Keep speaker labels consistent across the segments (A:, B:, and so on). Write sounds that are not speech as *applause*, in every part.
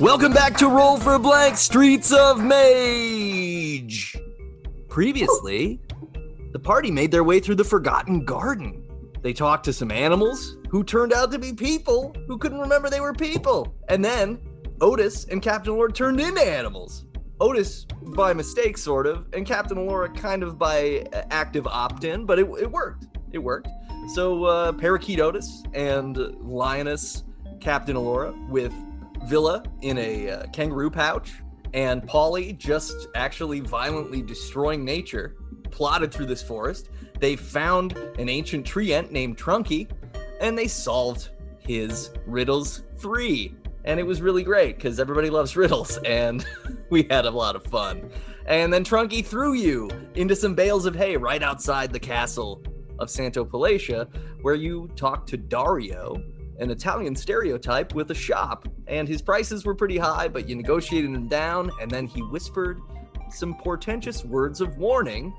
A: Welcome back to Roll for Blank Streets of Mage. Previously, the party made their way through the Forgotten Garden. They talked to some animals who turned out to be people who couldn't remember they were people. And then Otis and Captain Lord turned into animals. Otis by mistake, sort of, and Captain Alora kind of by uh, active opt in, but it, it worked. It worked. So, uh, Parakeet Otis and Lioness Captain Alora with Villa in a uh, kangaroo pouch, and Polly just actually violently destroying nature, plotted through this forest. They found an ancient tree ant named Trunky, and they solved his riddles three. And it was really great because everybody loves riddles, *laughs* and we had a lot of fun. And then Trunky threw you into some bales of hay right outside the castle of Santo Palatia, where you talked to Dario, an Italian stereotype with a shop. And his prices were pretty high, but you negotiated them down, and then he whispered some portentous words of warning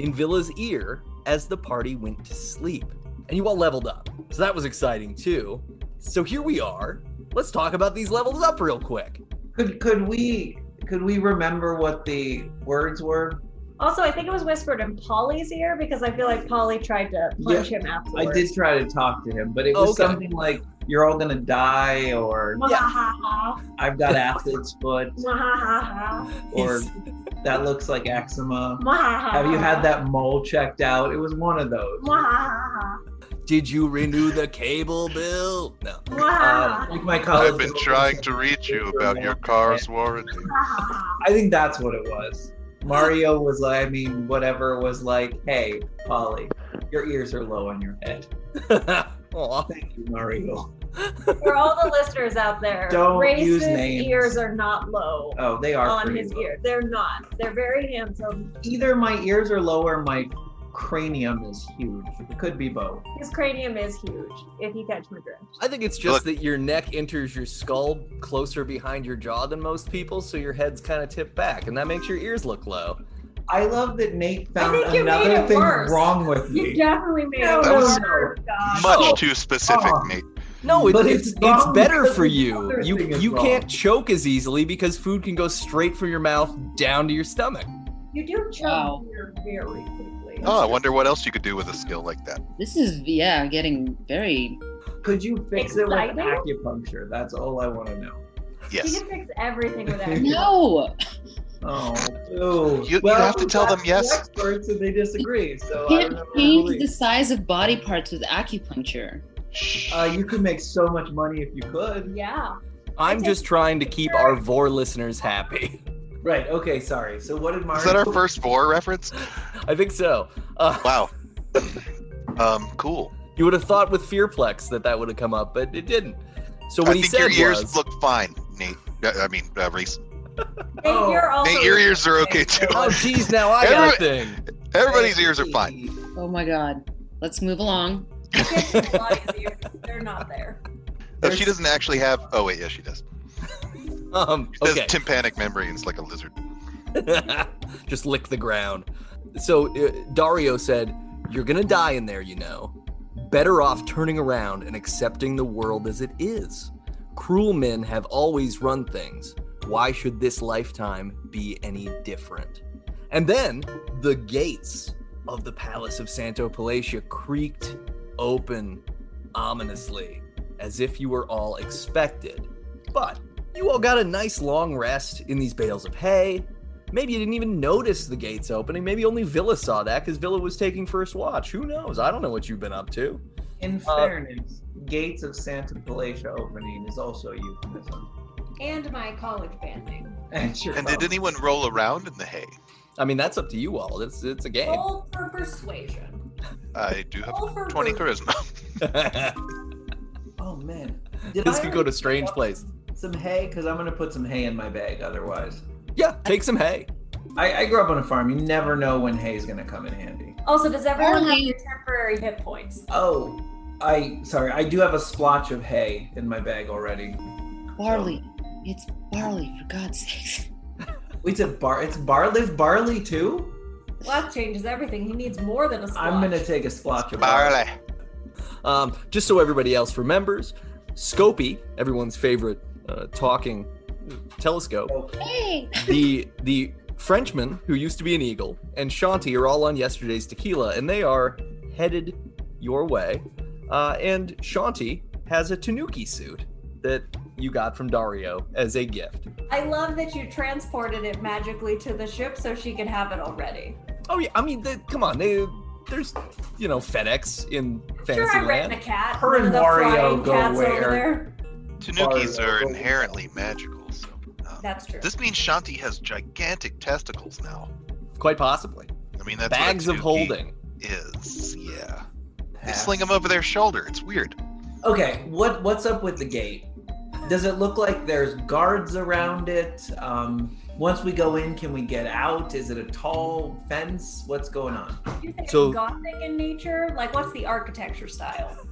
A: in Villa's ear as the party went to sleep. And you all leveled up. So that was exciting too. So here we are. Let's talk about these levels up real quick.
B: Could could we could we remember what the words were?
C: Also, I think it was whispered in Polly's ear because I feel like Polly tried to punch him
B: I
C: afterwards.
B: did try to talk to him, but it was
A: Okay.
B: something like "You're all gonna die" or
C: Mwahaha,
B: "I've got acid's foot"
C: mwahaha,
B: or
A: He's-
B: "That looks like eczema."
C: mwahaha.
B: Have you had that mole checked out? It was one of those.
C: Mwahaha,
A: Did you renew the cable bill? No. *laughs*
C: mwahaha,
B: Like Uh, my college.
D: I've been trying to reach you about your car's warranty.
C: mwahaha.
B: I think that's what it was. Mario was like, I mean, whatever was like, "Hey, Polly, your ears are low on your head."
A: Aw.
B: Thank you, Mario.
C: For all the listeners out there,
B: Don't use
C: Race's
B: names.
C: ears are not low
B: Oh, they are
C: on
B: pretty
C: his
B: low.
C: ear. They're not. They're very handsome.
B: Either my ears are low or my cranium is huge. It could be both.
C: His cranium is huge, if you catch my drift.
A: I think it's just
D: Look.
A: that your neck enters your skull closer behind your jaw than most people, so your head's kind of tipped back, and that makes your ears look low.
B: I love that Nate
C: I
B: found
C: think you made
B: another
C: it
B: thing
C: worse.
B: wrong with
C: You
B: me.
C: definitely made
B: No,
C: it
D: that was
C: worse, God.
A: Oh.
D: Much too specific,
B: Oh.
D: Nate.
A: No, it,
B: But
A: it's
B: it's
A: it's,
B: wrong
A: better
B: because
A: for
B: the
A: you.
B: other
A: You
B: thing is
A: you
B: wrong.
A: can't choke as easily because food can go straight from your mouth down to your stomach.
C: You do choke
E: Wow.
C: here very quickly.
D: Oh, I wonder what else you could do with a skill like that.
E: This is yeah, getting very.
B: Could you fix
C: Exciting?
B: it with acupuncture? That's all I want to know.
C: You
D: Yes.
C: can fix everything with *laughs* that.
E: No, *laughs*
B: Oh, boo.
D: You- you have to tell
B: that's
D: them yes.
B: the Experts and they disagree. So I don't
E: can't
B: know what to
E: change the
B: believe.
E: size of body parts with acupuncture.
D: Shh.
B: Uh, you could make so much money if you could.
C: Yeah.
A: I'm
C: take
A: just trying to keep our vor listeners happy. *laughs*
B: Right. Okay. Sorry. So what did Mario?
D: Is that our first Vor reference?
A: I think so. Uh,
D: Wow. um, cool.
A: You would have thought with Fearplex that that would have come up, but it didn't. So
D: I
A: what he
D: think your
A: said
D: ears
A: was,
D: look fine, Nate. Uh, I mean, uh, Reese.
C: They,
B: Oh.
C: you're also
D: Nate, your ears are okay too. *laughs*
A: "Oh, geez, now I got a thing."
D: Everybody's ears are fine.
E: Oh my god. Let's move along.
C: Kitchen bodies,
B: *laughs*
C: ears, they're not there.
D: Oh, she doesn't actually have. Oh wait, yeah, she does.
A: Um,
D: She
A: okay.
D: has tympanic memory and is like a lizard.
A: *laughs* just lick the ground. So uh, Dario said, You're going to die in there, you know. Better off turning around and accepting the world as it is. Cruel men have always run things. Why should this lifetime be any different? And then the gates of the palace of Santo Palatia creaked open ominously, as if you were all expected. But you all got a nice long rest in these bales of hay. Maybe you didn't even notice the gates opening. Maybe only Villa saw that because Villa was taking first watch. Who knows? I don't know what you've been up to.
B: In
A: Uh,
B: fairness, Gates of Santa Palacia opening is also a euphemism. *laughs*
C: And my college band name.
B: And, your
D: And did
B: phone.
D: anyone roll around in the hay?
A: I mean, that's up to you all. It's it's a game. *laughs*
C: Roll for persuasion.
D: I do have
C: Roll for
D: 20
C: persuasion.
D: charisma. *laughs*
A: this
B: Oh man, did I
A: could go to strange places.
B: some hay? Because I'm gonna put some hay in my bag. Otherwise,
A: Yeah, take some hay.
B: I, I grew up on a farm. You never know when hay is gonna come in handy.
C: Also, does everyone have
E: Polly.
C: your temporary hit points?
B: Oh, I sorry. I do have a splotch of hay in my bag already.
E: Barley. It's barley, for God's sakes.
B: Wait, it's bar. It's bar. There's barley too.
C: Well, that changes everything. He needs more than a splotch.
B: I'm gonna take a splotch of barley.
D: Barley.
A: Um, just so everybody else remembers, Scopy, everyone's favorite uh, talking telescope,
E: Hey!
A: the the Frenchman who used to be an eagle and Shanti are all on yesterday's tequila, and they are headed your way. Uh, and Shanti has a Tanuki suit that you got from Dario as a gift.
C: I love that you transported it magically to the ship so she can have it already.
A: Oh yeah, I mean, they, come on, they, there's you know FedEx in
C: Sure, I ran
A: Fantasyland.
C: a cat.
B: Her
C: one
B: and
C: of the
B: Mario
C: flying
B: go
C: cats
B: where?
C: over there.
D: Tanukis
B: Mario.
D: are inherently magical, so. um,
C: That's true.
D: this means Shanti has gigantic testicles now.
A: Quite possibly,
D: I mean, that's what a
A: bags of
D: Tanuki
A: holding.
D: Is yeah. They
B: Half.
D: sling them over their shoulder. It's weird.
B: Okay, what what's up with the gate? Does it look like there's guards around it? Um, once we go in, can we get out? Is it a tall fence? What's going on?
C: Do you think
A: So-
C: it's gothic in nature? Like, what's the architecture style?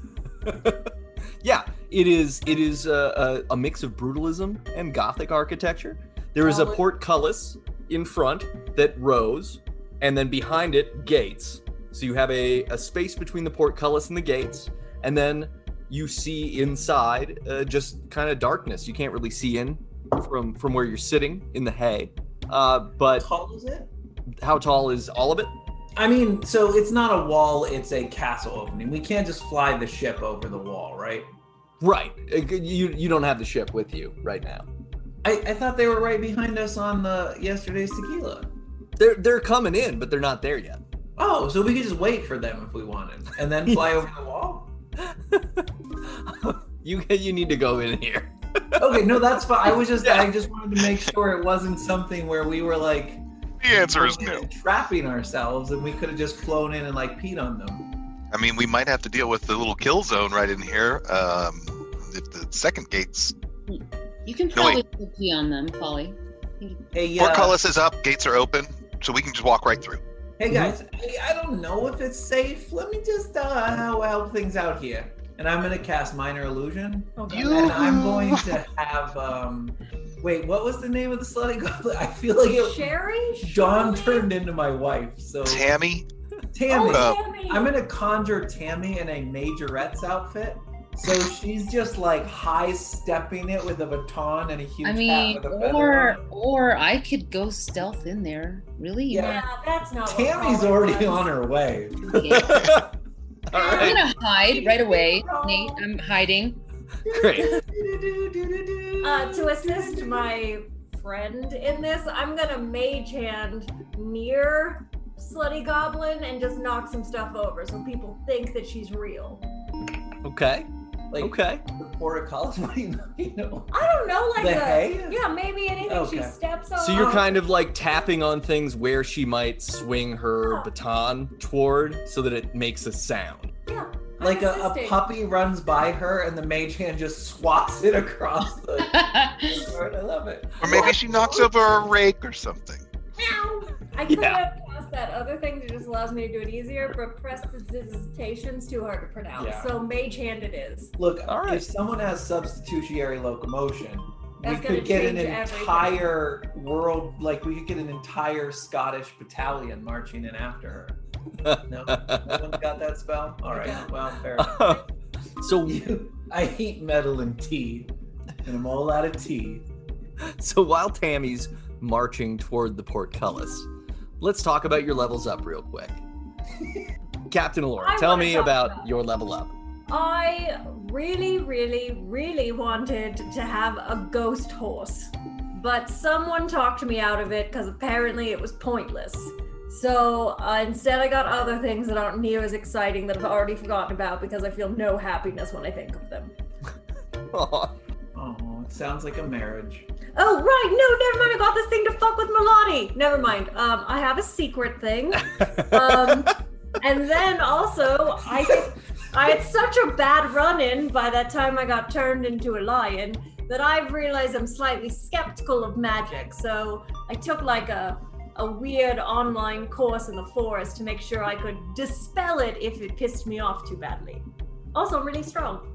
A: yeah it is it is uh, a, a, a mix of brutalism and gothic architecture there is a
C: Solid.
A: portcullis in front that rose and then behind it gates so you have a, a space between the portcullis and the gates and then you see inside uh, just kind of darkness you can't really see in from from where you're sitting in the hay uh,
B: How
A: but
B: tall is it?
A: how tall is all of it
B: I mean, so it's not a wall; it's a castle opening. We can't just fly the ship over the wall, right?
A: right Uh, you you don't have the ship with you right now
B: I, I thought they were right behind us on the yesterday's tequila.
A: they're they're coming in but they're not there yet
B: Oh, so we could just wait for them if we wanted, and then
D: *laughs*
B: fly over the wall.
A: you *laughs* you need to go in here. *laughs*
B: Okay, no, that's fine. I was just
A: Yeah.
B: I just wanted to make sure it wasn't something where we were like
D: The answer is no.
B: trapping ourselves and we could have just flown in and like peed on them.
D: I mean, we might have to deal with the little kill zone right in here. Um, if the second gate's
E: You can
D: No, wait.
E: probably still pee on them, Polly.
B: Hey, uh, yeah.
D: portcullis is up, gates are open, so we can just walk right through.
B: Hey guys, hey, I don't know if it's safe. Let me just uh, help things out here. And I'm gonna cast minor illusion. And I'm going to have um wait, what was the name of the slutty *laughs* goblin? I feel like it
C: Sherry?
B: Dawn
C: Shirley?
B: turned into my wife. So
D: Tammy,
B: Tammy.
C: Oh,
D: Uh,
C: Tammy.
B: I'm gonna conjure Tammy in a majorette's outfit. So she's just like high stepping it with a baton and a huge
E: I mean,
B: hat with a feather.
E: or
B: on it.
E: or I could go stealth in there. Really? You
C: yeah, that's not what
B: Tammy's
C: Polly
B: already
C: was.
B: on her way.
E: wanna
A: *laughs*
E: do that?
A: All
E: I'm
A: right,
E: gonna hide right away, Nate. I'm hiding. *laughs*
A: great.
C: Uh, to assist my friend in this, I'm gonna mage hand near Slutty Goblin and just knock some stuff over so people think that she's real.
A: Okay,
B: Like
A: okay.
B: the *laughs* portcullis, what do you know? You know,
C: I don't know, like
B: the
C: a-
B: hay.
C: yeah, maybe anything she
B: Okay.
C: steps on.
A: So you're kind of like tapping on things where she might swing her baton toward, so that it makes a sound. *laughs*
C: yeah, I'm
B: Like a, a
C: assisting.
B: puppy runs by her and the mage hand just swats it across
C: *laughs*
B: the.
E: I
B: I love it.
D: or maybe she knocks over a rake or something.
C: Meow. I could
A: Yeah.
C: have cast that other thing that just allows me to do it easier, but prestidigitation's too hard to pronounce.
B: Yeah.
C: So mage hand it is.
B: Look,
A: All right.
B: if someone has substitutionary locomotion,
C: That's
B: we
C: gonna
B: could get an
C: change everything.
B: entire world, like we could get an entire Scottish battalion marching in
A: *laughs*
B: after her. No, no one's got that spell. All right, well, fair.
A: so
B: *laughs* You, I hate metal and tea, and I'm all out of tea.
A: so while Tammy's marching toward the portcullis, let's talk about your levels up real
C: *laughs*
A: quick. Captain Laura,
C: I
A: tell
C: wanna
A: me
C: talk
A: about
C: about-
A: your level up.
C: I really, really, really wanted to have a ghost horse, but someone talked me out of it because apparently it was pointless. So uh, instead, I got other things that aren't near as exciting that I've already forgotten about because I feel no happiness when I think of them.
A: *laughs* Aw,
B: Oh, it sounds like a marriage.
C: Oh, right, no, never mind. I got this thing to fuck with Melody. Never mind. Um, I have a secret thing.
B: *laughs*
C: Um, and then also, I I had such a bad run in by that time I got turned into a lion that I've realized I'm slightly skeptical of magic. So I took like a a weird online course in the forest to make sure I could dispel it if it pissed me off too badly. Also, I'm really strong.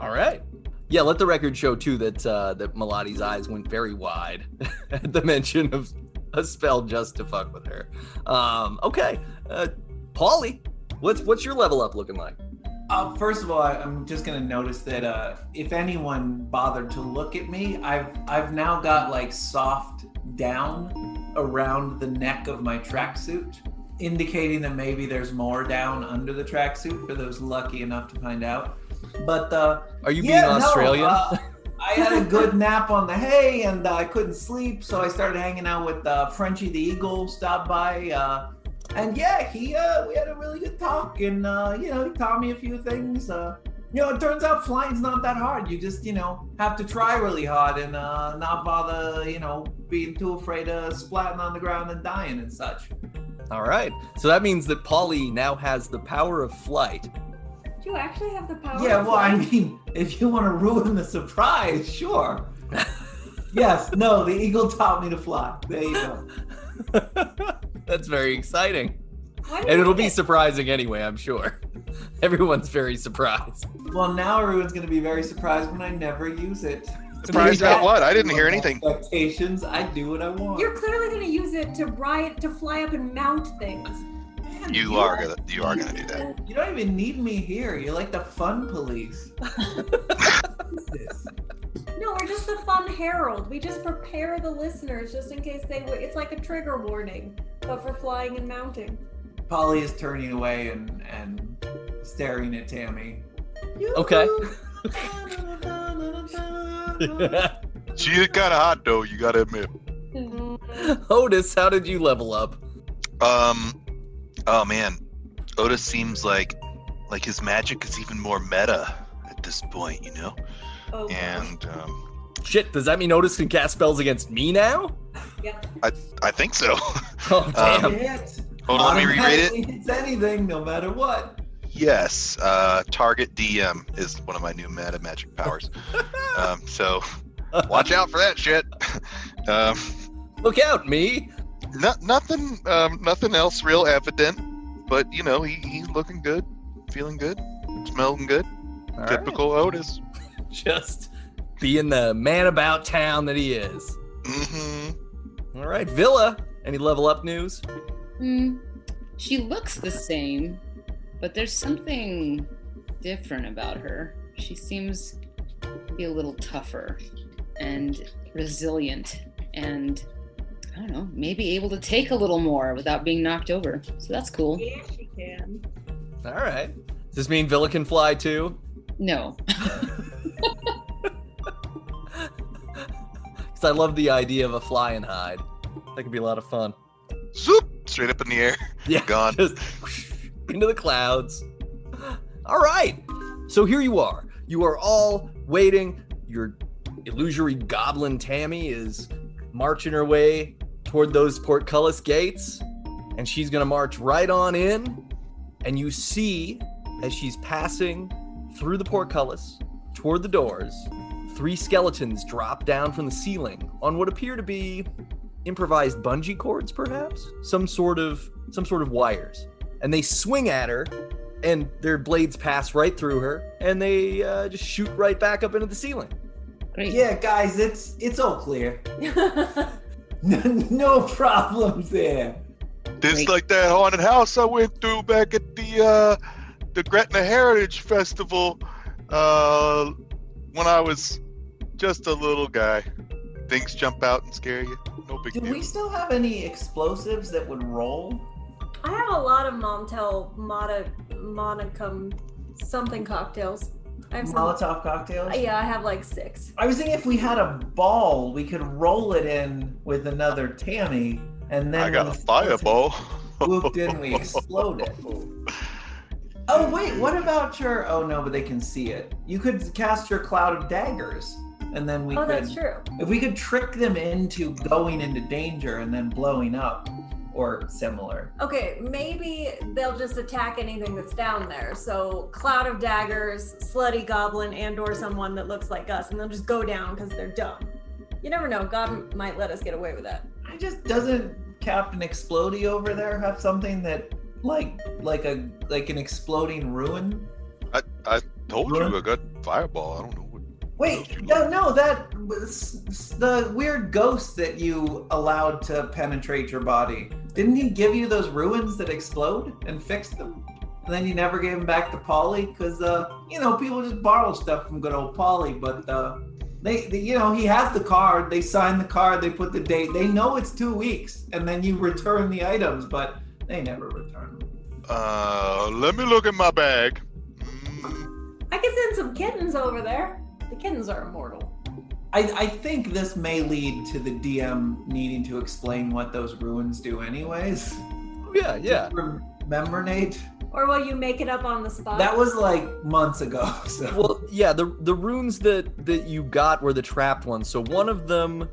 A: All right. Yeah, let the record show too that uh, that Melodi's eyes went very wide *laughs* at the mention of a spell just to fuck with her. Um, okay, uh, Polly, what's what's your level up looking like?
B: Uh, first of all, I, I'm just gonna notice that uh, if anyone bothered to look at me, I've I've now got like soft down around the neck of my tracksuit, indicating that maybe there's more down under the tracksuit for those lucky enough to find out. But uh,
F: Are you
B: yeah,
F: being
B: no,
F: Australian?
B: uh, I
F: *laughs*
B: had a good nap on the hay and uh, I couldn't sleep, so I started hanging out with uh, Frenchie the Eagle. Stopped by, uh, and yeah, he uh, we had a really good talk, and uh, you know, he taught me a few things. Uh, you know, it turns out flying's not that hard. You just you know have to try really hard and uh, not bother you know being too afraid of splatting on the ground and dying and such.
A: All right. So that means that Polly now has the power of flight. *laughs*
C: Do you actually have the power?
B: Yeah,
C: of
B: well, I
C: light?
B: mean, if you want to ruin the surprise, sure. yes, no, the eagle taught me to fly. There you go.
A: That's very exciting.
C: Why did
A: And
C: you
A: it'll be
C: get-
A: surprising anyway, I'm sure. *laughs* Everyone's very surprised.
B: Well, now everyone's going to be very surprised when I never use it.
A: *laughs*
D: Surprised about what? I didn't hear anything.
B: Expectations. I do what I want.
C: You're clearly going to use it to riot, to fly up and mount things.
B: Man,
D: You are gonna you are gonna do that.
B: You don't even need me here. You're like the fun
A: *laughs*
B: police. Jesus.
C: No, we're just the fun herald. We just prepare the listeners just in case they. W- it's like a trigger warning, but for flying and mounting.
B: Polly is turning away and and staring at Tammy. *laughs*
A: Okay. *laughs*
D: She's kind of hot though. You gotta admit.
A: Otis, how did you level up?
D: Um, oh man, Otis seems like like his magic is even more meta at this point, you know.
C: Oh,
D: And um,
A: Shit, does that mean Otis can cast spells against me now?
D: I think so.
A: Oh, damn.
B: Shit.
D: *laughs* Hold on, let me reread it.
B: Automatically hits anything, no matter what.
D: Yes, uh, target DM is one of my new meta magic *laughs* powers. um, so watch out for that shit. *laughs* um,
A: Look out, me.
D: no, nothing, um, nothing else real evident, but you know he, he's looking good, feeling good, smelling good.
A: All right.
D: Typical Otis.
A: Just being the man about town that he is.
D: Mm-hmm.
A: All right, Villa. Any level up news?
E: Hmm. She looks the same, but there's something different about her. She seems to be a little tougher and resilient and I don't know, maybe able to take a little more without being knocked over. So that's cool.
C: Yeah, she can. *laughs*
A: All right. Does this mean Villa can fly too?
E: No. *laughs*
A: Because I love the idea of a fly and hide. That could be a lot of fun. *laughs*
D: Zoop! Straight up in the air.
A: Yeah.
D: Gone.
A: Just into the clouds. All right. So here you are. You are all waiting. Your illusory goblin Tammy is marching her way toward those portcullis gates, and she's going to march right on in. And you see, as she's passing through the portcullis toward the doors, three skeletons drop down from the ceiling on what appear to be improvised bungee cords perhaps some sort of some sort of wires and they swing at her and their blades pass right through her and they uh, just shoot right back up into the ceiling
E: Great.
B: Yeah, guys, it's it's all clear. *laughs* no problems there.
D: This
E: Wait.
D: like that haunted house I went through back at the uh, the Gretna Heritage Festival uh, when I was just a little guy. Things jump out and scare you. No big
B: Do
D: deal.
B: we still have any explosives that would roll?
C: I have a lot of Momtel Mata Monicum something cocktails. I have some.
B: Molotov cocktails?
C: Uh, Yeah, I have like six.
B: I was thinking if we had a ball, we could roll it in with another Tammy, and then
D: I
B: when
D: got a
B: the explosive
D: fireball. *laughs*
B: Whooped in, we explode it. Oh wait, what about your? Oh no, but they can see it. You could cast your cloud of daggers, and then we
C: Oh,
B: could.
C: that's true.
B: If we could trick them into going into danger and then blowing up, or similar.
C: Okay, maybe they'll just attack anything that's down there. So cloud of daggers, slutty goblin, and/or someone that looks like us, and they'll just go down because they're dumb. You never know. God m- might let us get away with that.
B: I just doesn't Captain Explody over there have something that like like a like an exploding ruin?
D: I, I told you I got fireball. I don't know what.
B: Wait, no, no, that was the weird ghost that you allowed to penetrate your body. Didn't he give you those ruins that explode and fix them? And then you never gave them back to Polly because, uh, you know, people just borrow stuff from good old Polly. But, uh, they, they, you know, he has the card. They sign the card. They put the date. They know it's two weeks. And then you return the items, but they never return them.
D: Uh, let me look in my bag. Mm,
C: I can send some kittens over there. The kittens are immortal.
B: I, I think this may lead to the DM needing to explain what those ruins do, anyways.
A: Oh, Yeah, yeah.
B: Remember, Nate?
C: Or will you make it up on the spot?
B: That was like months ago. *laughs* So.
A: Well, yeah, the the runes that that you got were the trapped ones. So one of them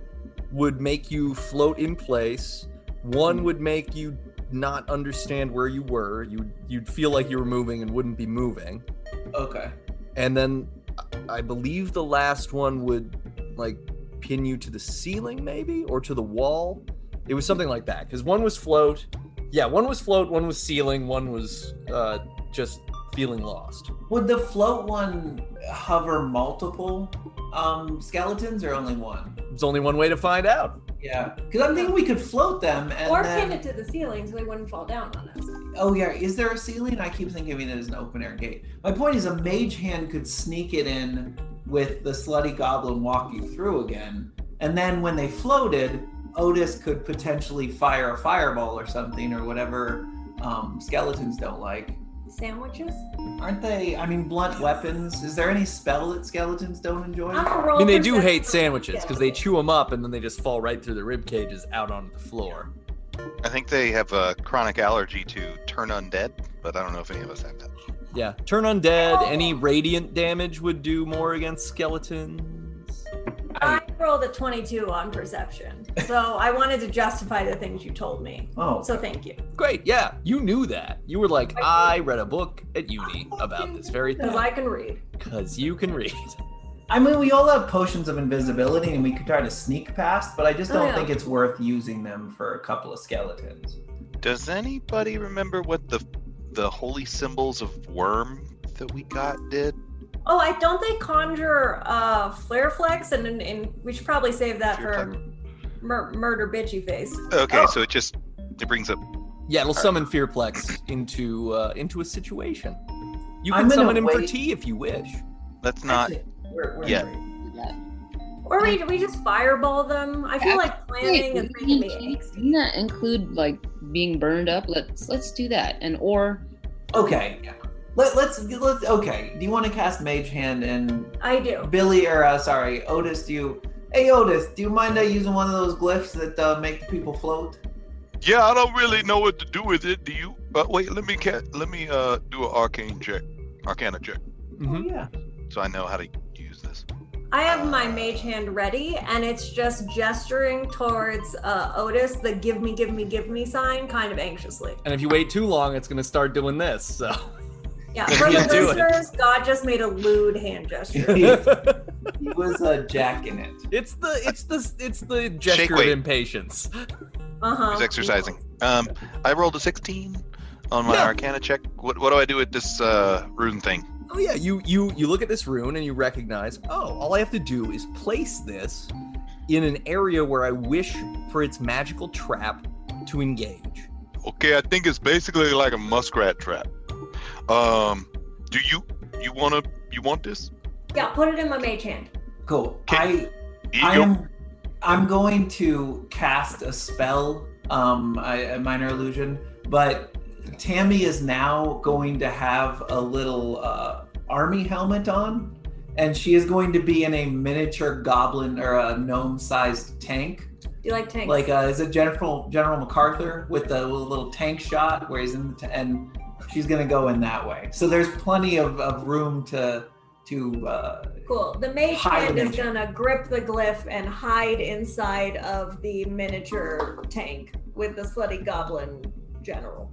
A: would make you float in place. One would make you not understand where you were. You you'd feel like you were moving and wouldn't be moving.
B: Okay.
A: And then I- I believe the last one would like pin you to the ceiling maybe or to the wall. It was something like that cuz one was float. Yeah, one was float, one was ceiling, one was uh just feeling lost.
B: Would the float one hover multiple um, skeletons or only one?
A: There's only one way to find out.
B: Yeah, because I'm thinking we could float them and
C: or
B: then-
C: pin it to the ceiling so they wouldn't fall down on us.
B: Oh yeah, is there a ceiling? I keep thinking of it as an open air gate. My point is, a mage hand could sneak it in with the slutty goblin walk you through again, and then when they floated, Otis could potentially fire a fireball or something or whatever um, skeletons don't like.
C: Sandwiches?
B: Aren't they? I mean, blunt weapons. Is there any spell that skeletons don't enjoy?
C: I'm a
A: I
C: roll
A: mean, they do
C: perception.
A: hate sandwiches because they chew them up and then they just fall right through the rib cages out onto the floor.
D: I think they have a chronic allergy to turn undead, but I don't know if any of us have that.
A: Yeah, turn undead. Any radiant damage would do more against skeletons.
C: I rolled a 22 on perception. So I wanted to justify the things you told me.
B: Oh,
C: So thank you.
A: Great, yeah, you knew that. You were like, I read a book at uni about this very
C: Because
A: thing
C: I can read.
A: because you can
B: *laughs*
A: read.
B: I mean, we all have potions of invisibility, and we could try to sneak past, but I just
C: Oh,
B: don't
C: yeah.
B: think it's worth using them for a couple of skeletons.
D: Does anybody remember what the the holy symbols of worm that we got did?
C: Oh, I don't they conjure uh, flare flex, and, and, and we should probably save that
D: Flare
C: for mur- murder bitchy face.
D: Okay,
C: Oh.
D: so it just it brings up.
A: Yeah, it'll summon Fearplex into uh, into a situation. You
B: I'm
A: can
B: gonna
A: summon him for
B: wait.
A: tea if you wish.
D: Let's not.
B: Actually, we're, we're
D: yet.
C: Or we, we just fireball them. I feel like planning
E: Wait,
C: and
E: we
C: thinking
E: didn't-
C: me.
E: didn't that include like being burned up? Let's let's do that. And or
C: *laughs*
B: Okay. Let, let's let's okay. Do you want to cast Mage Hand and
C: I do.
B: Billy or uh, sorry Otis? Do you? Hey Otis, do you mind uh, using one of those glyphs that uh, make the people float?
D: Yeah, I don't really know what to do with it. Do you? But wait, let me ca- let me uh do an arcane check, arcana check,
A: Mhm.
B: Oh, yeah.
D: so I know how to use this.
C: I have my mage hand ready, and it's just gesturing towards uh, Otis the give me, give me, give me sign kind of anxiously.
A: And if you wait too long, it's gonna start doing this.
B: *laughs*
A: So *laughs*
C: Yeah,
A: You
C: for the
A: can't do it.
C: listeners, God just made a lewd
A: *laughs*
C: hand gesture.
A: it's
B: He was uh, jacking it.
A: the it's the it's the gesture of
D: weight.
A: impatience.
C: Uh huh.
D: Who's exercising? Um, I rolled a 16 on my
A: Yeah.
D: arcana check. What what do I do with this uh rune thing?
A: oh yeah you you you look at this rune and you recognize oh all i have to do is place this in an area where i wish for its magical trap to engage
D: Okay, I think it's basically like a muskrat trap. Um, do you you wanna you want this?
C: Yeah, put it in my mage hand.
B: Cool.
D: Okay.
B: I I
D: Ego?
B: am. I'm going to cast a spell, um, I- a, minor illusion, but Tammy is now going to have a little uh, army helmet on, and she is going to be in a miniature goblin or a gnome-sized tank,
C: Do you like tanks?
B: like uh, is it General General MacArthur with the little, little tank shot where he's in the t- and she's going to go in that way. So there's plenty of, of room to to uh,
C: cool. The mage
B: Hide
C: hand
B: the
C: is
B: mage hand.
C: gonna grip the glyph and hide inside of the miniature tank with the slutty goblin general.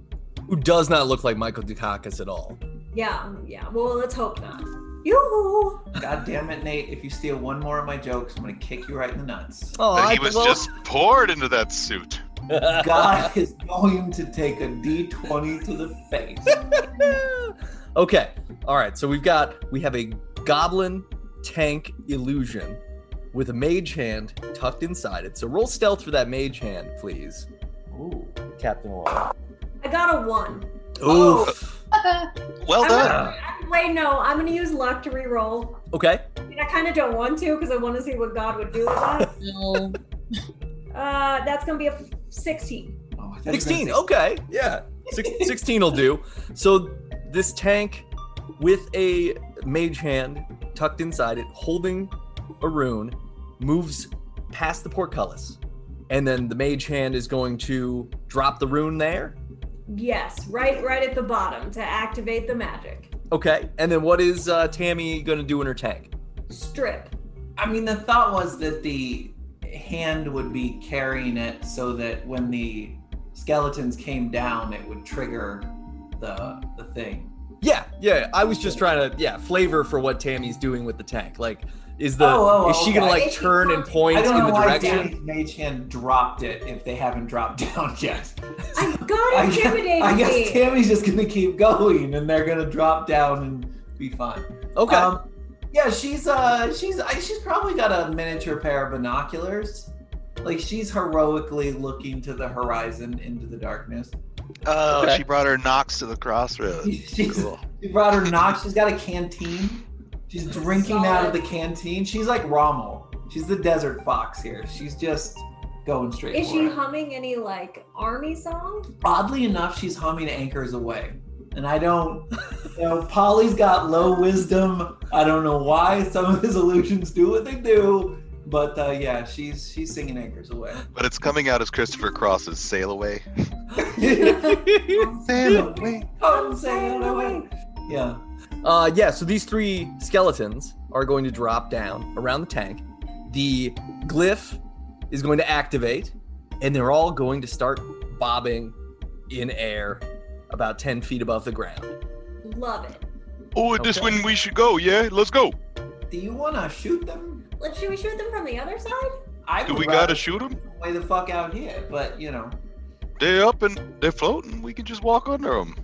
A: who does not look like michael dukakis at all
C: Yeah, mm, yeah. Well, let's hope not. Yoo-hoo.
B: God damn it, Nate. If you steal one more of my jokes, I'm going to kick you right in the nuts.
A: oh
D: he
A: *laughs*
D: was just poured into that suit.
B: God is going to take a d20 to the face.
A: okay all right so we've got we have a goblin tank illusion with a mage hand tucked inside it so roll stealth for that mage hand please
B: Ooh.
A: captain Laura.
C: I got a one.
A: Oof.
D: Well
C: I'm
D: done.
B: Oh,
C: gonna- Wait, no, I'm gonna use luck to reroll.
A: Okay.
C: I, mean, I kind of don't want to because I want to see what God would do
B: *laughs*
C: with that.
E: No.
C: Uh, that's gonna be a f- 16.
B: Oh, I thought you were gonna
A: 16.
B: say-
A: Okay. Yeah. Six, 16 will do. So this tank with a mage hand tucked inside it, holding a rune, moves past the portcullis. And then the mage hand is going to drop the rune there.
C: Yes, right, right at the bottom to activate the magic.
A: Okay. And then what is uh, Tammy going to do in her tank?
C: Strip.
B: I mean, the thought was that the hand would be carrying it so that when the skeletons came down, it would trigger the the thing.
A: Yeah. Yeah. I was just trying to, yeah, flavor for what Tammy's doing with the tank. Like, is the
B: Oh, oh,
A: is she gonna
B: okay.
A: like turn and point
B: I
A: in
B: don't know
A: the
B: why
A: direction?
B: Danny's mage hand dropped it if they haven't dropped *laughs* down yet.
C: I
B: I
C: God
B: guess-
C: intimidated
B: I guess
C: me.
B: Tammy's just gonna keep going, and they're gonna drop down and be fine.
A: Okay. *laughs*
B: Um, *laughs* yeah, she's uh, she's I, she's probably got a miniature pair of binoculars. Like she's heroically looking to the horizon into the darkness.
D: Oh,
A: Okay.
D: she brought her knocks to the
B: *laughs*
D: crossroads.
B: She's,
D: Cool.
B: She brought her knock. She's got a canteen. She's drinking out of the canteen. She's like Rommel. She's the desert fox here. She's just going straight.
C: Is
B: for
C: she
B: it.
C: humming any like army song?
B: Oddly enough, she's humming "Anchors Away," and I don't. You know, Polly's got low wisdom. I don't know why some of his illusions do what they do, but uh, yeah, she's she's singing "Anchors Away."
D: But it's coming out as Christopher Cross's Sail Away.
B: um, Sail away, *laughs* come sail away. Yeah.
A: Uh, yeah, so these three skeletons are going to drop down around the tank. The glyph is going to activate, and they're all going to start bobbing in air about 10 feet above the ground.
C: Love it.
D: Oh, this
A: Okay.
D: when we should go, yeah? Let's go.
B: Do you want to shoot them?
C: Let's should we shoot them from the other side?
B: I
D: Do
B: would
D: we
B: rather
D: gotta shoot them?
B: way the fuck out here, but you know.
D: They're up and they're floating. We can just walk under them.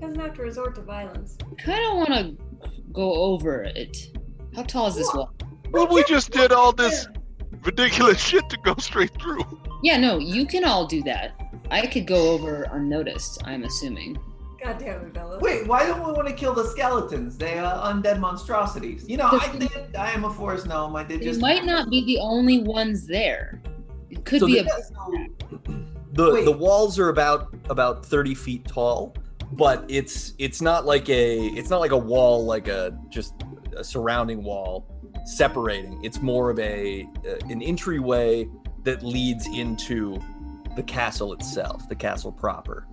C: Doesn't have to resort to violence.
E: kind of want to go over it. How tall is this wall?
D: But we just did all this ridiculous *laughs* shit to go straight through.
E: Yeah, no, you can all do that. I could go over unnoticed, I'm assuming.
C: God damn it, Bella.
B: Wait, why don't we want to kill the skeletons? They are undead monstrosities. You know, I did. I am a forest gnome. I did
E: You
B: just.
E: might not be the only ones there. It could
A: So
E: be
A: the-
E: a.
B: Yeah, so-
A: The
B: Wait.
A: the walls are about about 30 feet tall, but it's it's not like a it's not like a wall like a just a surrounding wall separating. It's more of a uh, an entryway that leads into the castle itself, the castle proper.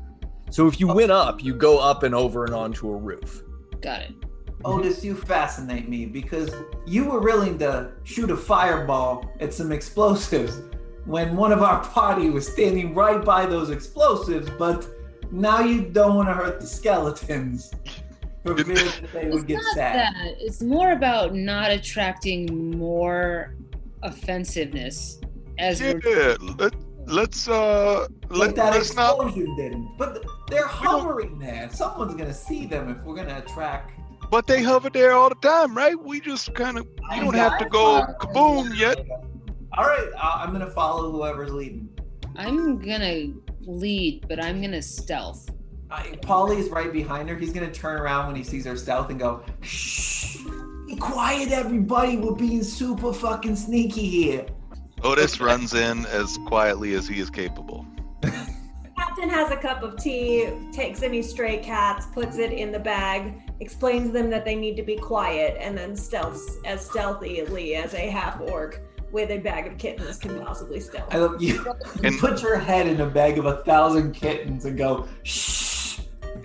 A: So if you went up, you go up and over and onto a roof.
E: Got it.
D: Mm-hmm.
B: Otis, you fascinate me because you were willing to shoot a fireball at some explosives when one of our party was standing right by those explosives, but now you don't want to hurt the
D: *laughs*
B: skeletons. For fear that they
E: It's
B: would get
E: not
B: sad.
E: that. It's more about not attracting more offensiveness as we're
D: Yeah, let, let's uh,
B: Like
D: let,
B: that
D: let's not
B: explosion didn't. But th- they're
D: We don't-
B: hovering there. Someone's gonna see them if we're gonna attract.
D: But they hover there all the time, right? We just kind of
B: I
D: you don't have to go kaboom yet.
B: All right, I- I'm gonna follow whoever's leading.
E: I'm gonna lead, but I'm gonna stealth.
B: I, Polly's right behind her. He's gonna turn around when he sees her stealth and go, "Shh, be quiet, everybody. We're being super fucking sneaky here."
D: Otis runs in as quietly as he is capable.
C: Captain has a cup of tea, takes any stray cats, puts it in the bag, explains them that they need to be quiet, and then stealths as stealthily as a half orc with a bag of kittens can possibly stealth.
B: I love you. *laughs*
D: And-
B: Put your head in a bag of a thousand kittens and go, "Shh."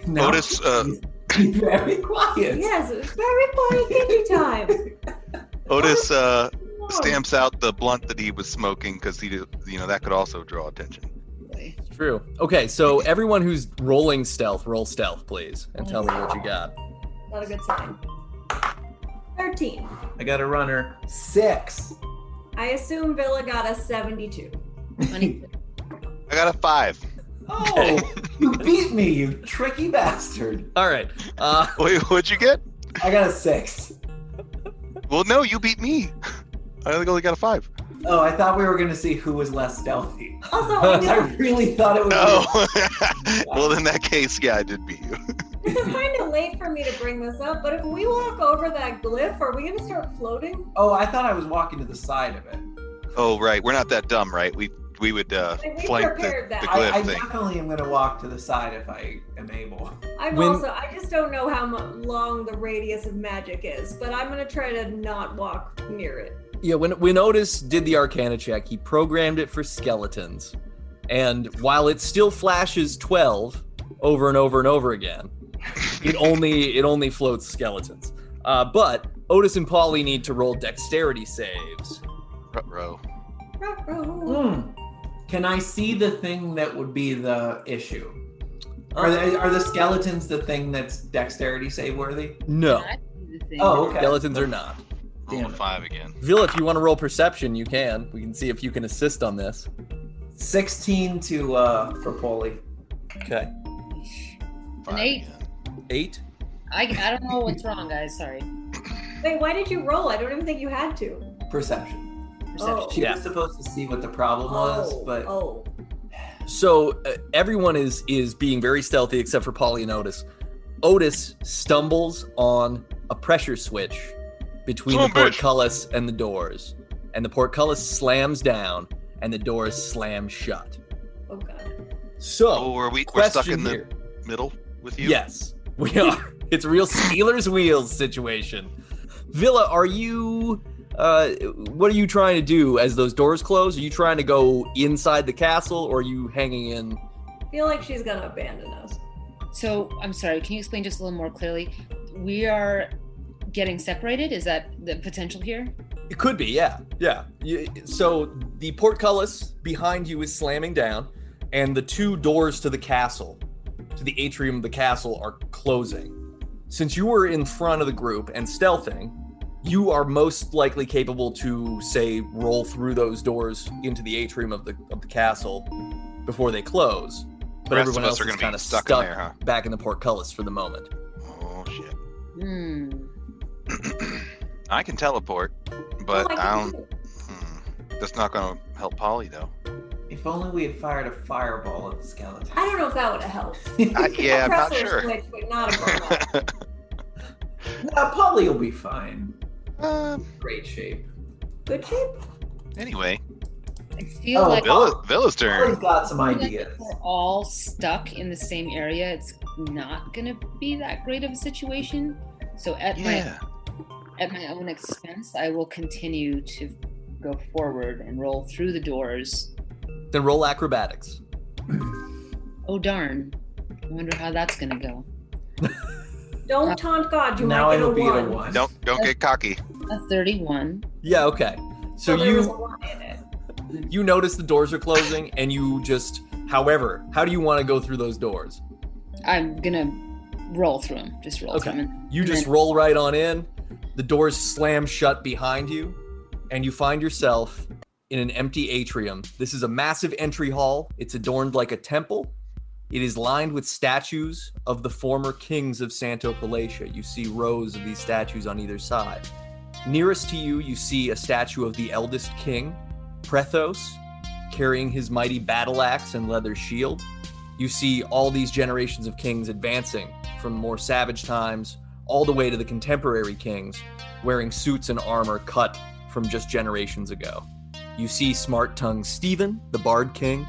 B: Now,
D: Otis, uh,
B: *laughs* be very quiet.
C: Yes, it's very
B: *laughs*
C: funny kitty time.
D: Otis uh,
A: Oh.
C: Lord.
D: stamps out the blunt that he was smoking because he, did- you know, that could also draw attention.
A: True. Okay, so everyone who's rolling stealth, roll stealth, please, and tell me what you got.
C: Not a good sign. 13.
B: I got a runner. Six.
C: I assume Villa got a 72.
B: *laughs*
E: Funny.
D: I got a five. *laughs*
B: Oh, *laughs* you beat me, you tricky bastard.
A: All right. Uh,
D: Wait, what'd you get?
B: I got a six.
D: Well, no, you beat me. *laughs* I only got a five.
B: Oh, I thought we were gonna see who was less stealthy. *laughs*
C: Also, I
B: I
C: know
A: Oh.
B: really thought it was.
D: *laughs* No. well, in that case, yeah, I did beat you.
C: this is kind of for me to bring this up, but if we walk over that glyph, are we going to start floating?
B: Oh, I thought I was walking to the side of it.
D: Oh right, we're not that dumb, right? We we would uh,
C: Like, we
D: flank the,
C: prepared that.
D: the
B: I, I
D: glyph thing.
B: definitely am gonna walk to the side if I am able.
C: I'm
A: When-
C: also, I just don't know how mu- long the radius of magic is, but I'm going to try to not walk
B: *laughs*
C: near it.
A: Yeah, when when Otis did the Arcana check, he programmed it for skeletons, and while it still flashes twelve over and over and over again, it only it only floats skeletons. Uh, but Otis and Polly need to roll dexterity saves.
D: Row.
C: Ruh-roh.
B: Hmm. Can I see the thing that would be the issue?
C: Um,
B: Are the, are the skeletons the thing that's dexterity save worthy?
A: No,
E: That's the thing.
B: Oh, okay.
A: skeletons are not.
D: Roll
B: Damn
D: a
B: it.
D: five again.
A: Villa, if you want to roll perception, you can. We can see if you can assist on this.
B: 16 to uh for Polly.
A: Okay,
D: Five
E: eight.
D: again.
A: eight.
E: I, I don't know what's wrong, guys. Sorry.
B: Oh.
C: Wait, why did you roll? I don't even think you had to.
B: Perception.
E: Perception.
B: She
A: Yeah.
B: was supposed to see what the problem was,
C: Oh,
B: but
C: oh.
A: So uh, everyone is is being very stealthy except for Polly and Otis. Otis stumbles on a pressure switch between
D: Son
A: the
D: of a bitch.
A: portcullis and the doors, and the portcullis slams down and the doors slam shut.
C: Oh, God.
D: Oh,
A: So
D: are we we're
A: question
D: stuck in the
A: here.
D: middle with you?
A: Yes, we are. *laughs* it's a real Steelers wheels situation. Villa, are you? Uh, what are you trying to do as those doors close? Are you trying to go inside the castle, or are you hanging in?
C: feel like she's going to abandon us.
E: So I'm sorry. Can you explain just a little more clearly? We are getting separated. Is that the potential here?
A: It could be, yeah, yeah. You- So the portcullis behind you is slamming down, and the two doors to the castle, to the atrium of the castle, are closing. Since you were in front of the group and stealthing, you are most likely capable to say roll through those doors into the atrium of the of the castle before they close. But
D: The rest
A: everyone
D: of us
A: else
D: are
A: is
D: gonna be
A: kind of
D: stuck
A: stuck,
D: in there, huh?
A: back in the portcullis for the moment.
D: Oh shit.
E: Hmm.
D: *clears throat* I can teleport,
C: Oh,
D: but
C: I
D: I
C: can
D: don't. hmm. That's not gonna help
C: *laughs*
D: Polly though.
B: if only we had fired a fireball at the skeleton.
C: I don't know if that would have helped.
B: *laughs*
D: I, yeah, I'm not
C: Compressor
D: sure.
C: Switch, but not a
D: *laughs*
C: burnout.
B: no, Polly will be fine.
D: um,
B: Great shape.
C: Good shape.
D: anyway,
E: I feel
B: Oh,
E: like
D: Villa,
B: Polly's
D: Villa's turn.
B: got some
E: I feel like if
B: ideas.
E: we're all stuck in the same area. It's not gonna be that great of a situation. So at my
D: Yeah.
E: at my own expense, I will continue to go forward and roll through the doors.
A: Then roll acrobatics.
E: Oh darn! I wonder how that's gonna go.
C: Don't taunt God. You
B: Now
C: might get
B: it'll
C: a
B: be
C: one.
B: a one.
D: Don't don't get cocky.
E: A thirty-one.
A: Yeah, okay. So,
C: there
A: you
C: was a one in it.
A: You notice the doors are closing, and you just, however, how do you want to go through those doors?
E: I'm gonna roll through them. Just roll
A: Okay.
E: through them.
A: You just roll right on in, the doors slam shut behind you, and you find yourself in an empty atrium. This is a massive entry hall, it's adorned like a temple. It is lined with statues of the former kings of Santo Palatia. You see rows of these statues on either side. Nearest to you, you see a statue of the eldest king, Prethos, carrying his mighty battle axe and leather shield. You see all these generations of kings advancing from more savage times all the way to the contemporary kings wearing suits and armor cut from just generations ago. You see smart tongued Stephen, the Bard King.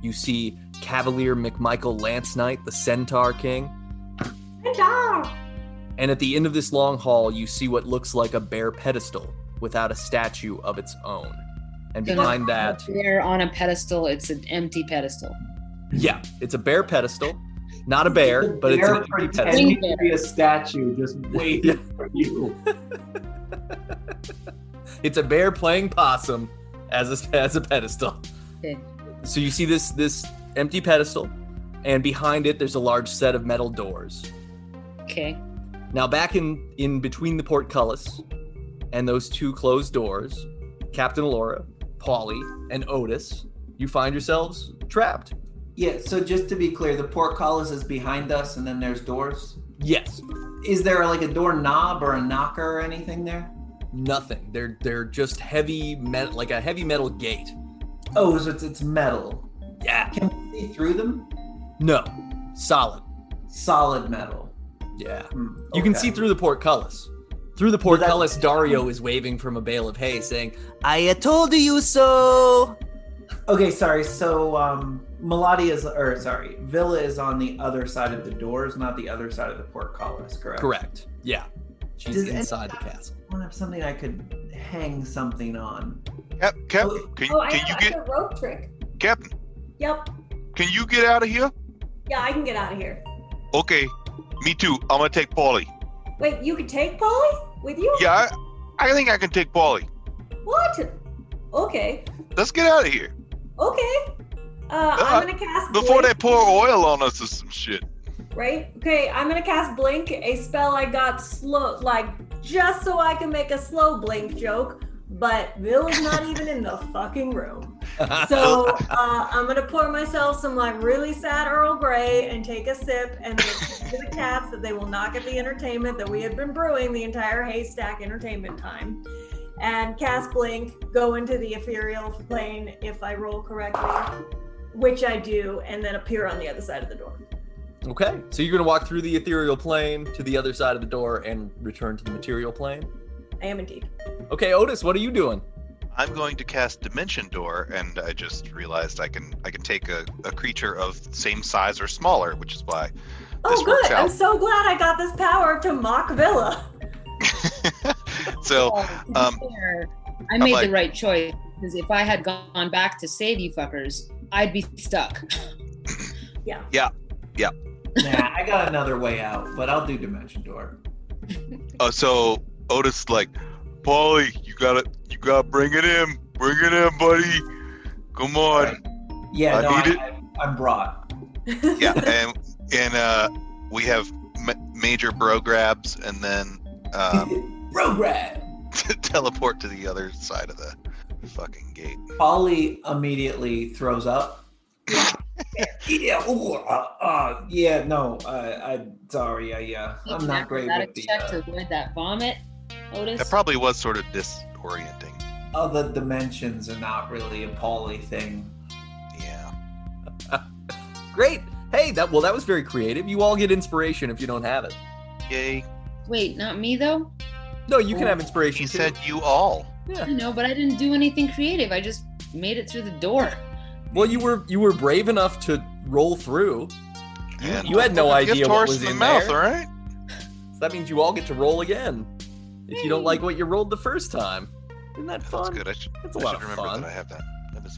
A: You see Cavalier McMichael Lance Knight, the Centaur King.
C: Good job.
A: And at the end of this long hall, you see what looks like a bare pedestal without a statue of its own. And
E: Then-
A: behind that,
E: They're on a pedestal. It's an empty pedestal.
A: yeah, it's a bare pedestal. Not a bear, but it's an
B: They're
A: empty pedestal.
B: pretending to be a
A: *laughs*
B: statue just waiting for you.
A: It's a bear playing possum as a, *laughs* as a pedestal.
E: Okay.
A: So you see this this empty pedestal, and behind it there's a large set of metal doors.
E: Okay.
A: Now back in in between the portcullis and those two closed doors, Captain Laura, Polly, and Otis, you find yourselves trapped.
B: Yeah, so just to be clear, the portcullis is behind us and then there's doors.
A: Yes,
B: Is there like a doorknob or a knocker or anything there?
A: nothing. They're they're just heavy metal, like a heavy metal gate.
B: Oh, so it's, it's metal.
A: Yeah.
B: Can we see through them?
A: No, solid.
B: Solid metal.
A: Yeah.
B: Hmm,
A: You can
B: okay.
A: see through the portcullis. Through the *laughs* portcullis, Dario is waving from a bale of hay, saying, I told you so.
B: Okay, sorry. So, um, Melody is, or sorry, Villa is on the other side of the doors, not the other side of the portcullis, correct?
A: Correct. Yeah. She's
B: Does any-
A: inside the castle.
B: I have something I could hang something on.
D: Cap, Cap,
B: Oh,
D: can,
C: Oh, I
D: can you
C: have
D: get
C: a rope trick.
D: Captain?
C: Yep.
D: Can you get out of here?
C: Yeah, I can get out of here.
D: Okay, me too. I'm gonna take Polly.
C: Wait, you can take Polly with you?
D: Yeah, I, I think I can take Polly.
C: What? Okay.
D: Let's get out of here
C: Okay. Uh,
D: Uh,
C: I'm gonna cast
D: before they
C: blink,
D: pour oil on us or some shit.
C: right? Okay, I'm gonna cast blink, a spell I got slow, like just so I can make a slow blink joke, but Bill is
D: *laughs*
C: not even in the fucking room.
A: *laughs*
C: So uh, I'm gonna pour myself some like really sad Earl Grey and take a sip and then to the cats that they will not get the entertainment that we have been brewing the entire haystack entertainment time. And cast blink, go into the ethereal plane if I roll correctly, which I do, and then appear on the other side of the door.
A: okay. So you're going to walk through the ethereal plane to the other side of the door and return to the material plane.
C: I am indeed.
A: Okay, Otis, what are you doing?
D: I'm going to cast Dimension Door, and I just realized I can I can take a, a creature of same size or smaller, which is why. This
C: Oh,
D: works
C: good. I'm
D: out.
C: so glad I got this power to mock Villa.
A: *laughs*
D: so
E: Well, Oh, to be
D: um,
E: fair, I
D: I'm
E: made
D: like-
E: the right choice because if I had gone back to save you fuckers, I'd be stuck.
B: Nah, I got another way out, but I'll do Dimension Door.
D: uh, so Otis like, Polly, you gotta you gotta bring it in, bring it in, buddy. Come on.
B: Yeah,
D: I
B: no,
D: need
B: I, I, I'm brought.
A: *laughs*
D: yeah, and and uh, we have ma- major bro grabs, and then
A: *laughs*
D: um, *laughs*
B: Bro grab.
D: teleport to the other side of the fucking gate.
B: Polly immediately throws up. yeah, ooh, uh, uh, yeah, no, uh, I'm sorry, I, uh, I'm not great
E: Gotta
B: with the,
E: check
B: uh,
E: to avoid that vomit, Otis.
D: That probably was sort of disorienting.
B: other dimensions are not really a Polly
D: *laughs*
B: thing. *laughs*
D: Yeah.
A: Great. Hey, that well, that was very creative. You all get inspiration if you don't have it.
D: Yay.
E: Wait, not me though.
A: No, you can have inspiration.
D: He
A: too.
D: said you all.
E: I know, but I didn't do anything creative. I just made it through the door.
A: Well, you were you were brave enough to roll through.
D: And
A: You had no
D: give
A: idea what
D: horse
A: was
D: in the
A: in
D: mouth,
A: there.
D: all right?
A: So that means you all get to roll again. If you don't
C: Yay.
A: like what you rolled the first time, isn't that
D: That's
A: fun?
D: good. I should,
A: That's a
D: I
A: lot
D: should
A: of
D: remember
A: fun.
D: that I have that. That is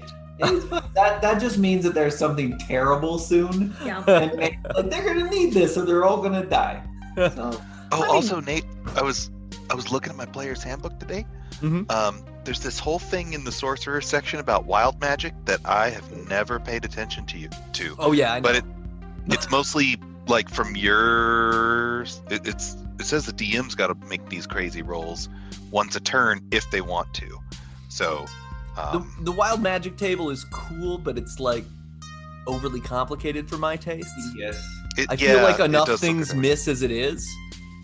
D: fun.
B: that that just means that there's something terrible soon,
C: yeah.
A: *laughs*
B: and they, like, they're gonna need this, or they're all gonna
D: *laughs*
B: die. So,
D: Oh,
A: I mean-
D: also, Nate, I was I was looking at my player's handbook today.
A: Mhm.
D: Um, there's this whole thing in the sorcerer section about wild magic that I have never paid attention to you to,
A: Oh yeah, I know.
D: but it it's mostly like from your it, it's it says the DM's got to make these crazy rolls once a turn if they want to. So,
A: the,
D: um,
A: the wild magic table is cool, but it's like overly complicated for my tastes.
B: yes.
D: it,
A: I
D: yeah,
A: feel like
D: it
A: enough
D: does look
A: things
D: good.
A: miss as it is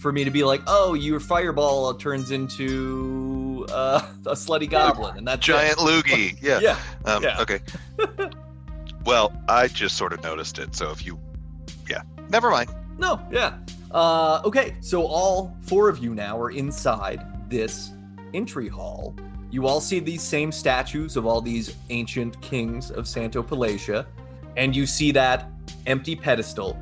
A: for me to be like, oh, your fireball turns into uh, a slutty goblin, and that's it.
D: giant loogie. Yeah.
A: yeah.
D: Um,
A: Yeah. *laughs*
D: Okay. well, I just sort of noticed it. So if you, yeah, never mind.
A: No, yeah. Uh, okay, so all four of you now are inside this entry hall. You all see these same statues of all these ancient kings of Santo Palatia, and you see that empty pedestal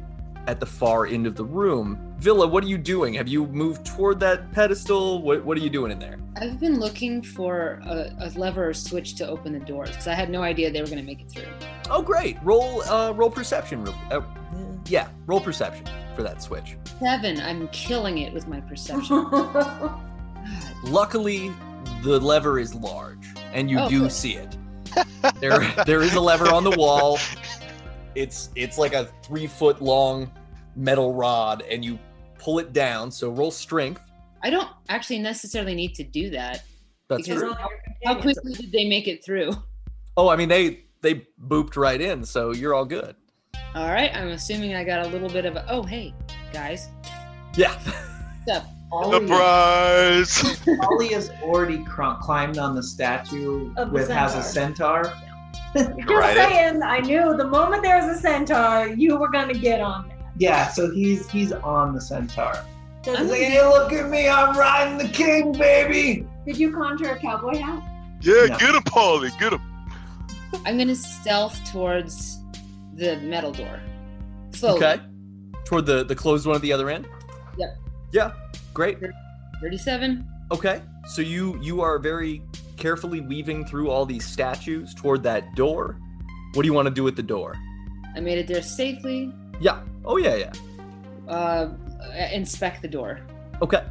A: at the far end of the room. Villa, what are you doing? Have you moved toward that pedestal? What, what are you doing in there?
E: I've been looking for a, a lever or switch to open the doors because I had no idea they were going to make it through.
A: Oh, great. Roll, uh, roll perception. real- Uh, yeah, roll perception for that switch.
E: Seven, I'm killing it with
B: *laughs*
E: my perception.
C: Wait,
E: God.
A: Luckily, the lever is large, and you
E: Oh,
A: do
E: good.
A: see it. There,
E: *laughs*
A: there is a lever on the wall. It's it's like a three foot long metal rod, and you pull it down. So roll strength.
E: I don't actually necessarily need to do that.
A: That's
E: Because-
A: true.
E: How quickly did they make it through? *laughs*
A: Oh, I mean they they booped right in, so you're all good.
E: All right, I'm assuming I got a little bit of a. Oh, hey, guys.
A: Yeah.
E: What's up?
C: Oh,
B: Ollie,
C: *laughs*
D: Surprise!
B: Ollie has already cr- climbed on the statue
C: Of the
B: with has a centaur.
C: Just
D: Right.
C: saying, I knew the moment there was a centaur, you were gonna get on that.
B: Yeah, so he's he's on the centaur.
C: Does-
B: He's like, hey, look at me, I'm riding the king, baby.
C: did you conjure a cowboy hat?
D: Yeah,
B: No.
D: get him, Polly. Get him.
E: I'm gonna stealth towards the metal door. Slowly.
A: Okay. Toward the the closed one at the other end.
E: Yep.
A: Yeah. Great.
E: 37.
A: Okay. So you you are very carefully weaving through all these statues toward that door. What do you want to do with the door?
E: I made it there safely.
A: Yeah. Oh yeah yeah.
E: Uh, inspect the door.
A: Okay.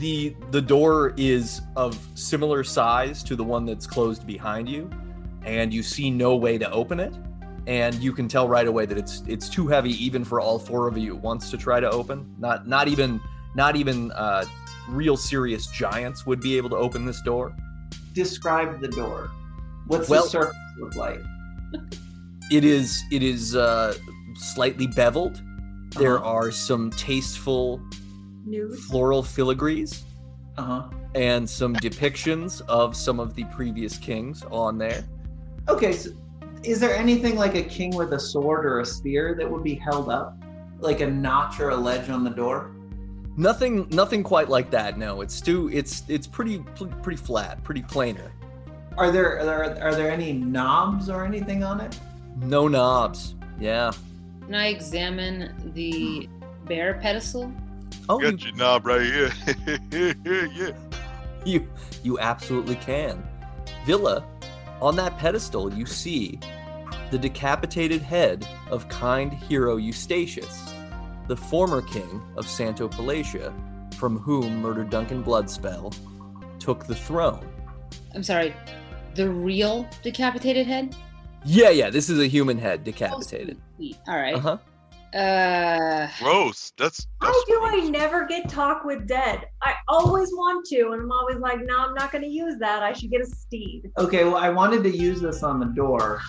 A: The the door is of similar size to the one that's closed behind you, and you see no way to open it. And you can tell right away that it's it's too heavy even for all four of you at once to try to open. Not not even not even uh, real serious giants would be able to open this door.
B: Describe the door. What's
A: Well-
B: the surface look like?
A: It is it is uh, slightly beveled. There are some tasteful
C: Nude.
A: floral filigrees
B: Uh-huh.
A: and some depictions of some of the previous kings on there.
B: Okay, so is there anything like a king with a sword or a spear that would be held up? Like a notch or a ledge on the door?
A: Nothing, nothing quite like that. No, it's too. It's it's pretty pl- pretty flat, pretty plainer.
B: Are there are there, are there any knobs or anything on it?
A: No knobs. Yeah.
E: Can I examine the bear pedestal?
A: Oh, you,
D: Got your knob right here. *laughs* yeah.
A: you you absolutely can. Villa, on that pedestal, you see the decapitated head of kind hero Eustachius, the former king of Santo Palatia, from whom murdered Duncan Bloodspell took the throne.
E: I'm sorry, the real decapitated head?
A: Yeah, yeah. This is a human head
E: Oh,
A: decapitated.
E: sweet. All right.
A: Uh huh.
E: Uh,
D: Gross. That's. that's
C: How do I never get talk with dead? I always want to, and I'm always like, no, I'm not going to use that. I should get a steed.
B: Okay, well I wanted to use this on the door,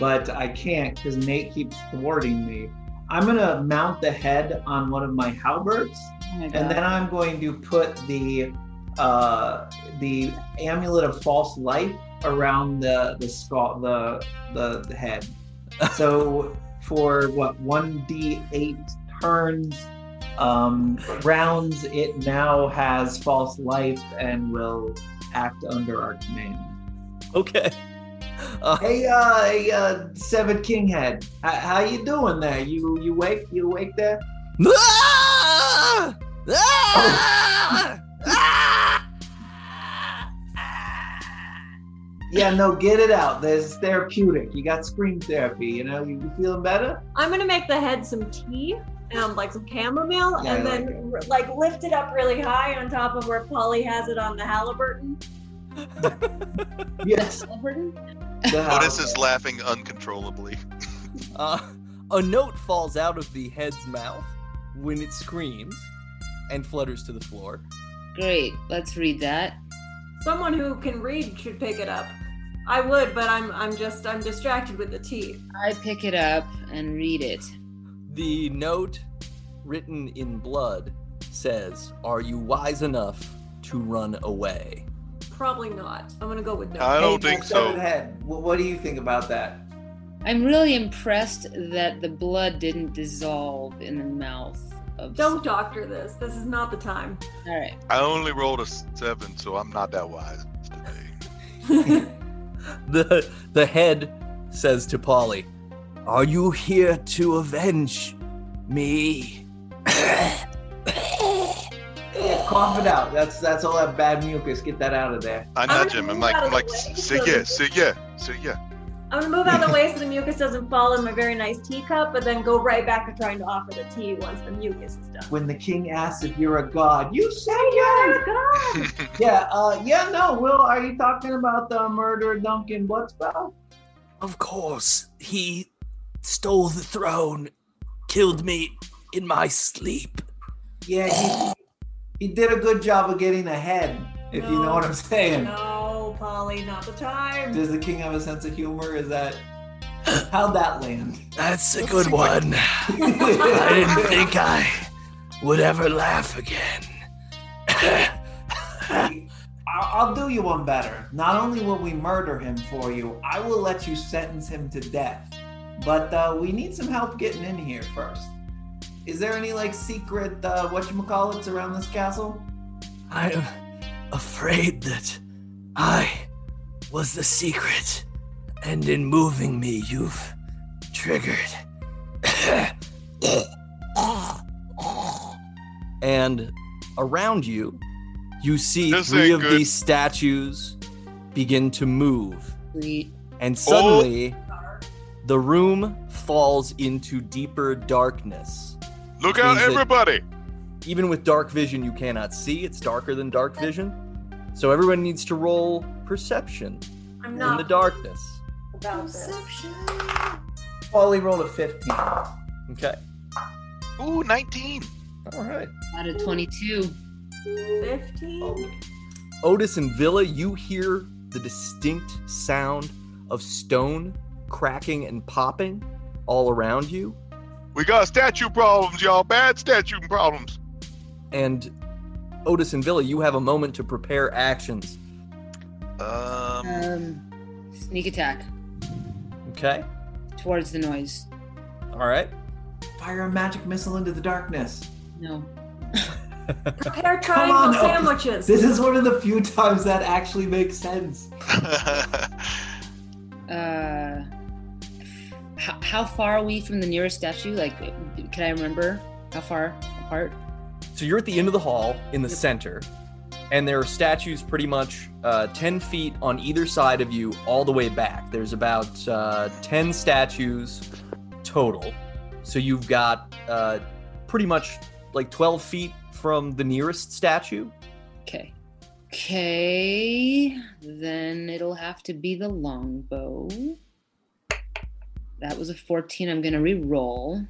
B: but I can't because Nate keeps thwarting me. I'm gonna mount the head on one of my halberds,
E: oh my
B: and
E: God.
B: then I'm going to put the uh, the amulet of false light around the the skull the the, the head. So for what one d eight turns um, rounds, it now has false life and will act under our command.
A: Okay. Uh, *laughs*
B: Hey, uh, hey, uh, Severed King Head, how, how you doing there? You you wake you awake there?
A: Ah! Ah! Ah!
B: Yeah, no, get it out. There's therapeutic. You got scream therapy. You know, you, you feeling better?
C: I'm going to make the head some tea and like some chamomile,
B: Yeah, I
C: and
B: like
C: then r- like lift it up really high on top of where Polly has it on the Halliburton.
D: *laughs*
B: Yes.
E: Halliburton?
D: Otis Oh, is laughing uncontrollably.
A: Uh, a note falls out of the head's mouth when it screams and flutters to the floor.
E: Great. Let's read that.
C: Someone who can read should pick it up. I would, but I'm I'm just I'm distracted with the tea.
E: I pick it up and read it.
A: The note, written in blood, says, Are you wise enough to run away?
C: Probably not. I'm gonna go with no.
D: I don't think
B: Severed
D: so.
B: Head, wh- what do you think about that?
E: I'm really impressed that the blood didn't dissolve in the mouth of.
C: Don't doctor this. This is not the time.
E: All right.
D: I only rolled a seven, so I'm not that wise today.
A: The, the head says to Polly, Are you here to avenge me? *coughs*
B: Yeah, cough it out. That's that's all that bad mucus. Get that out of there.
D: I
C: gonna
D: nudge him. I'm
C: move
D: like,
C: out of
D: I'm like,
C: the way
D: say
C: so
D: yeah,
C: that-
D: say yeah, say yeah.
C: *laughs* I'm gonna move out of the way so the mucus doesn't fall in my very nice teacup, but then go right back to trying to offer the tea once the mucus is done.
B: When the king asks if you're a god, you say
C: Oh
B: yes.
C: my God.
B: Yeah, uh, yeah, no, Will, are you talking about the murder of Duncan Bloodspell?
A: Of course, he stole the throne, killed me in my sleep.
B: Yeah, he, he did a good job of getting ahead, if you know
C: No.
B: what I'm saying.
C: No, Polly, not the time.
B: Does the king have a sense of humor? Is that how'd that land? *laughs*
A: That's a good one. I didn't think I would ever laugh again. *coughs*
B: I- I'll do you one better. Not only will we murder him for you, I will let you sentence him to death. But uh, we need some help getting in here first. Is there any like secret uh, whatchamacallits around this castle?
A: I am afraid that I was the secret, and in moving me, you've triggered. and around you, you see
D: This
A: three
D: ain't
A: of
D: good.
A: these statues begin to move,
E: Sweet.
A: and suddenly
D: Oh.
A: the room falls into deeper darkness.
D: Look out,
A: Means that-
D: everybody!
A: Even with dark vision, you cannot see. It's darker than dark vision. So everyone needs to roll perception
C: I'm
A: in
C: not
A: the darkness.
C: about this.
B: Paulie rolled a 15.
A: Okay.
D: Ooh, 19.
A: All right.
E: Out of 22.
C: 15.
A: Otis and Villa, you hear the distinct sound of stone cracking and popping all around you.
D: We got statue problems, y'all. Bad statue problems.
A: And Otis and Villa, you have a moment to prepare actions.
D: Um,
E: Um, sneak attack
A: Okay.
E: towards the noise.
A: All right.
B: Fire a magic missile into the darkness.
E: No.
C: Prepare
B: on,
C: triangle
B: Otis.
C: sandwiches.
B: This is one of the few times that actually makes sense.
E: Uh, how, how far are we from the nearest statue? Like, can I remember how far apart?
A: So you're at the end of the hall in the center, and there are statues pretty much uh, 10 feet on either side of you, all the way back. There's about uh, 10 statues total. So you've got uh, pretty much like 12 feet from the nearest statue.
E: Okay. Okay. Then it'll have to be the longbow. That was a 14. I'm going to re-roll.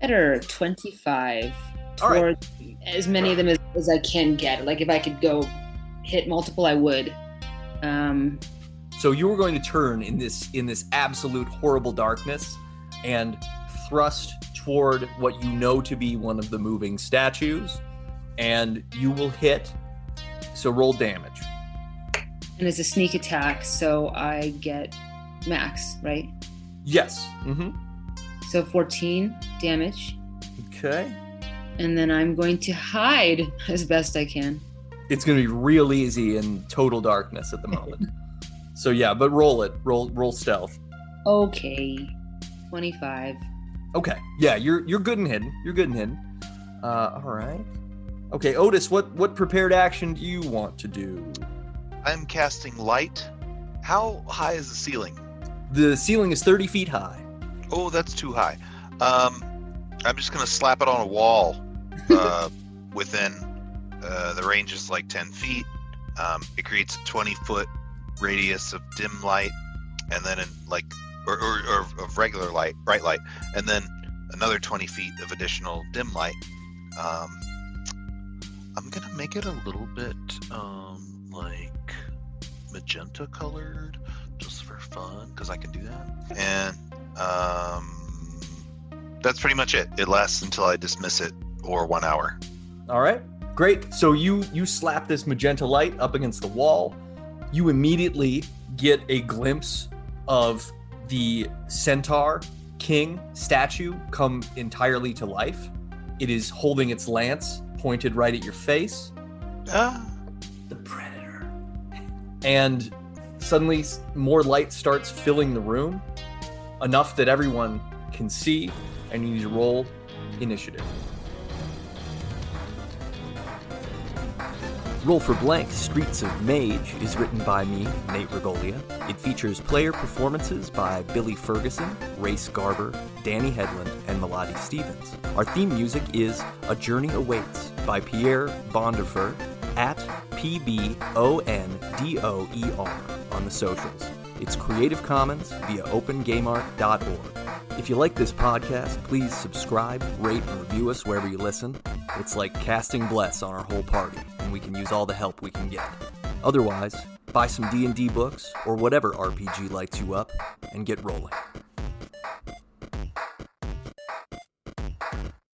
E: Better 25.
A: All right.
E: Towards as many of them as, as I can get. Like if I could go hit multiple, I would. Um,
A: So you were going to turn in this in this absolute horrible darkness and thrust toward what you know to be one of the moving statues, and you will hit. So roll damage.
E: and it's a sneak attack, so I get max, right?
A: Yes. Mm-hmm.
E: So 14 damage.
A: Okay.
E: And then I'm going to hide *laughs* as best I can.
A: It's going to be real easy in total darkness at the moment. so yeah, but roll it. Roll roll stealth.
E: Okay. 25.
A: Okay. Yeah, you're you're good and hidden. You're good and hidden. Uh, all right. Okay, Otis, what what prepared action do you want to do?
D: *laughs* I'm casting light. How high is the ceiling?
A: The ceiling is 30 feet high.
D: Oh, that's too high. Um, I'm just gonna slap it on a wall uh, within uh, the range is like 10 feet. Um, it creates a 20 foot radius of dim light, and then in like or, or, or of regular light, bright light, and then another 20 feet of additional dim light. Um, I'm gonna make it a little bit um, like magenta colored just for fun because I can do that. And um, that's pretty much it. It lasts until I dismiss it or one hour.
A: All right. Great. So you you slap this magenta light up against the wall. You immediately get a glimpse of the centaur king statue come entirely to life. It is holding its lance pointed right at your face
D: Ah,
B: The predator.
A: and suddenly s- more light starts filling the room enough that everyone can see and you need to roll initiative roll for blank streets of mage is written by me nate regolia it features player performances by billy ferguson race garber danny headland and melody stevens our theme music is a journey awaits by pierre bondefer at P-B-O-N-D-O-E-R E on the socials. It's Creative Commons via opengameart.org. If you like this podcast, please subscribe, rate, and review us wherever you listen. It's like casting bless on our whole party, and we can use all the help we can get. Otherwise, buy some D&D books or whatever RPG lights you up and get rolling.